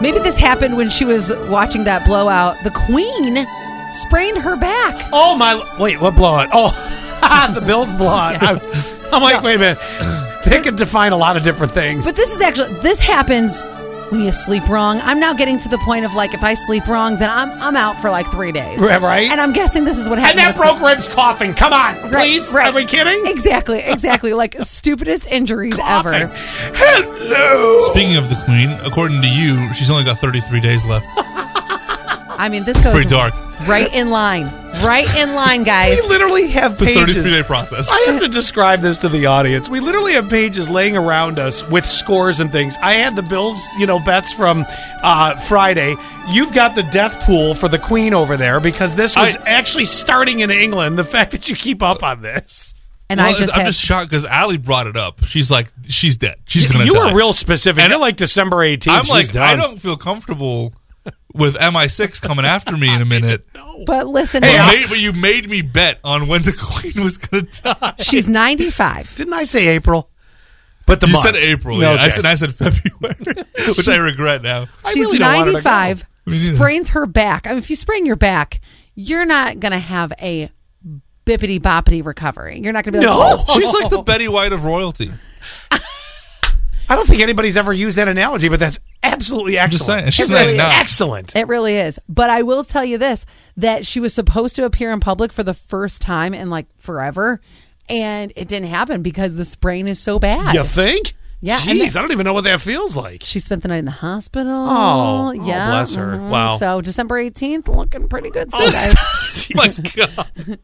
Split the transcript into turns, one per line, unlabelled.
Maybe this happened when she was watching that blowout. The Queen sprained her back.
Oh my! Wait, what blowout? Oh, the Bills blowout.
Yeah.
I'm, I'm like, wait a minute. They could define a lot of different things.
But this is actually this happens when you sleep wrong. I'm now getting to the point of like if I sleep wrong, then I'm I'm out for like three days.
Right, right.
And I'm guessing this is what
and
happened.
that
to the Queen.
broke ribs coughing. Come on,
Right,
please.
right.
Are we kidding?
Exactly, exactly. like stupidest injuries
Coughing.
ever.
Hello.
Speaking of the Queen, according to you, she's only got 33 days left.
I mean, this goes
pretty dark.
Right in line. Right in line, guys.
We literally have
The
pages.
33 day process.
I have to describe this to the audience. We literally have pages laying around us with scores and things. I had the Bills, you know, bets from uh, Friday. You've got the death pool for the Queen over there because this was
I-
actually starting in England. The fact that you keep up on this.
And I
Well,
just
I'm
had-
just shocked because Allie brought it up. She's like, she's dead. She's gonna.
you
die.
were real specific.
And
You're like December 18th.
I'm
She's
like, I
done.
don't feel comfortable with MI6 coming after me in a minute.
but listen,
But,
Hey,
now,
I-
made, but you made me bet on when the Queen was gonna die.
she's 95.
Didn't I say April? But the
you
month.
said April.
No,
Yeah, I
okay.
said I said February, which I regret now.
I
She's
really don't want her to go.
95.
Me neither.
Sprains her back. I mean, if you sprain your back, you're not going to have a bippity boppity recovery. You're not going to be like,
No.
"Oh."
She's like the Betty White of royalty.
I don't think anybody's ever used that analogy, but that's absolutely excellent.
saying, she's
That's
99.
excellent.
It really is. But I will tell you this that she was supposed to appear in public for the first time in like forever. And it didn't happen because the sprain is so bad.
You think?
Yeah, and
Jeez,
the-
I don't even know what that feels like.
She spent the night in the hospital.
Oh, oh,
yeah.
bless her.
mhm.
Wow. Oh,
So December 18th, looking pretty good. So, guys.
My God.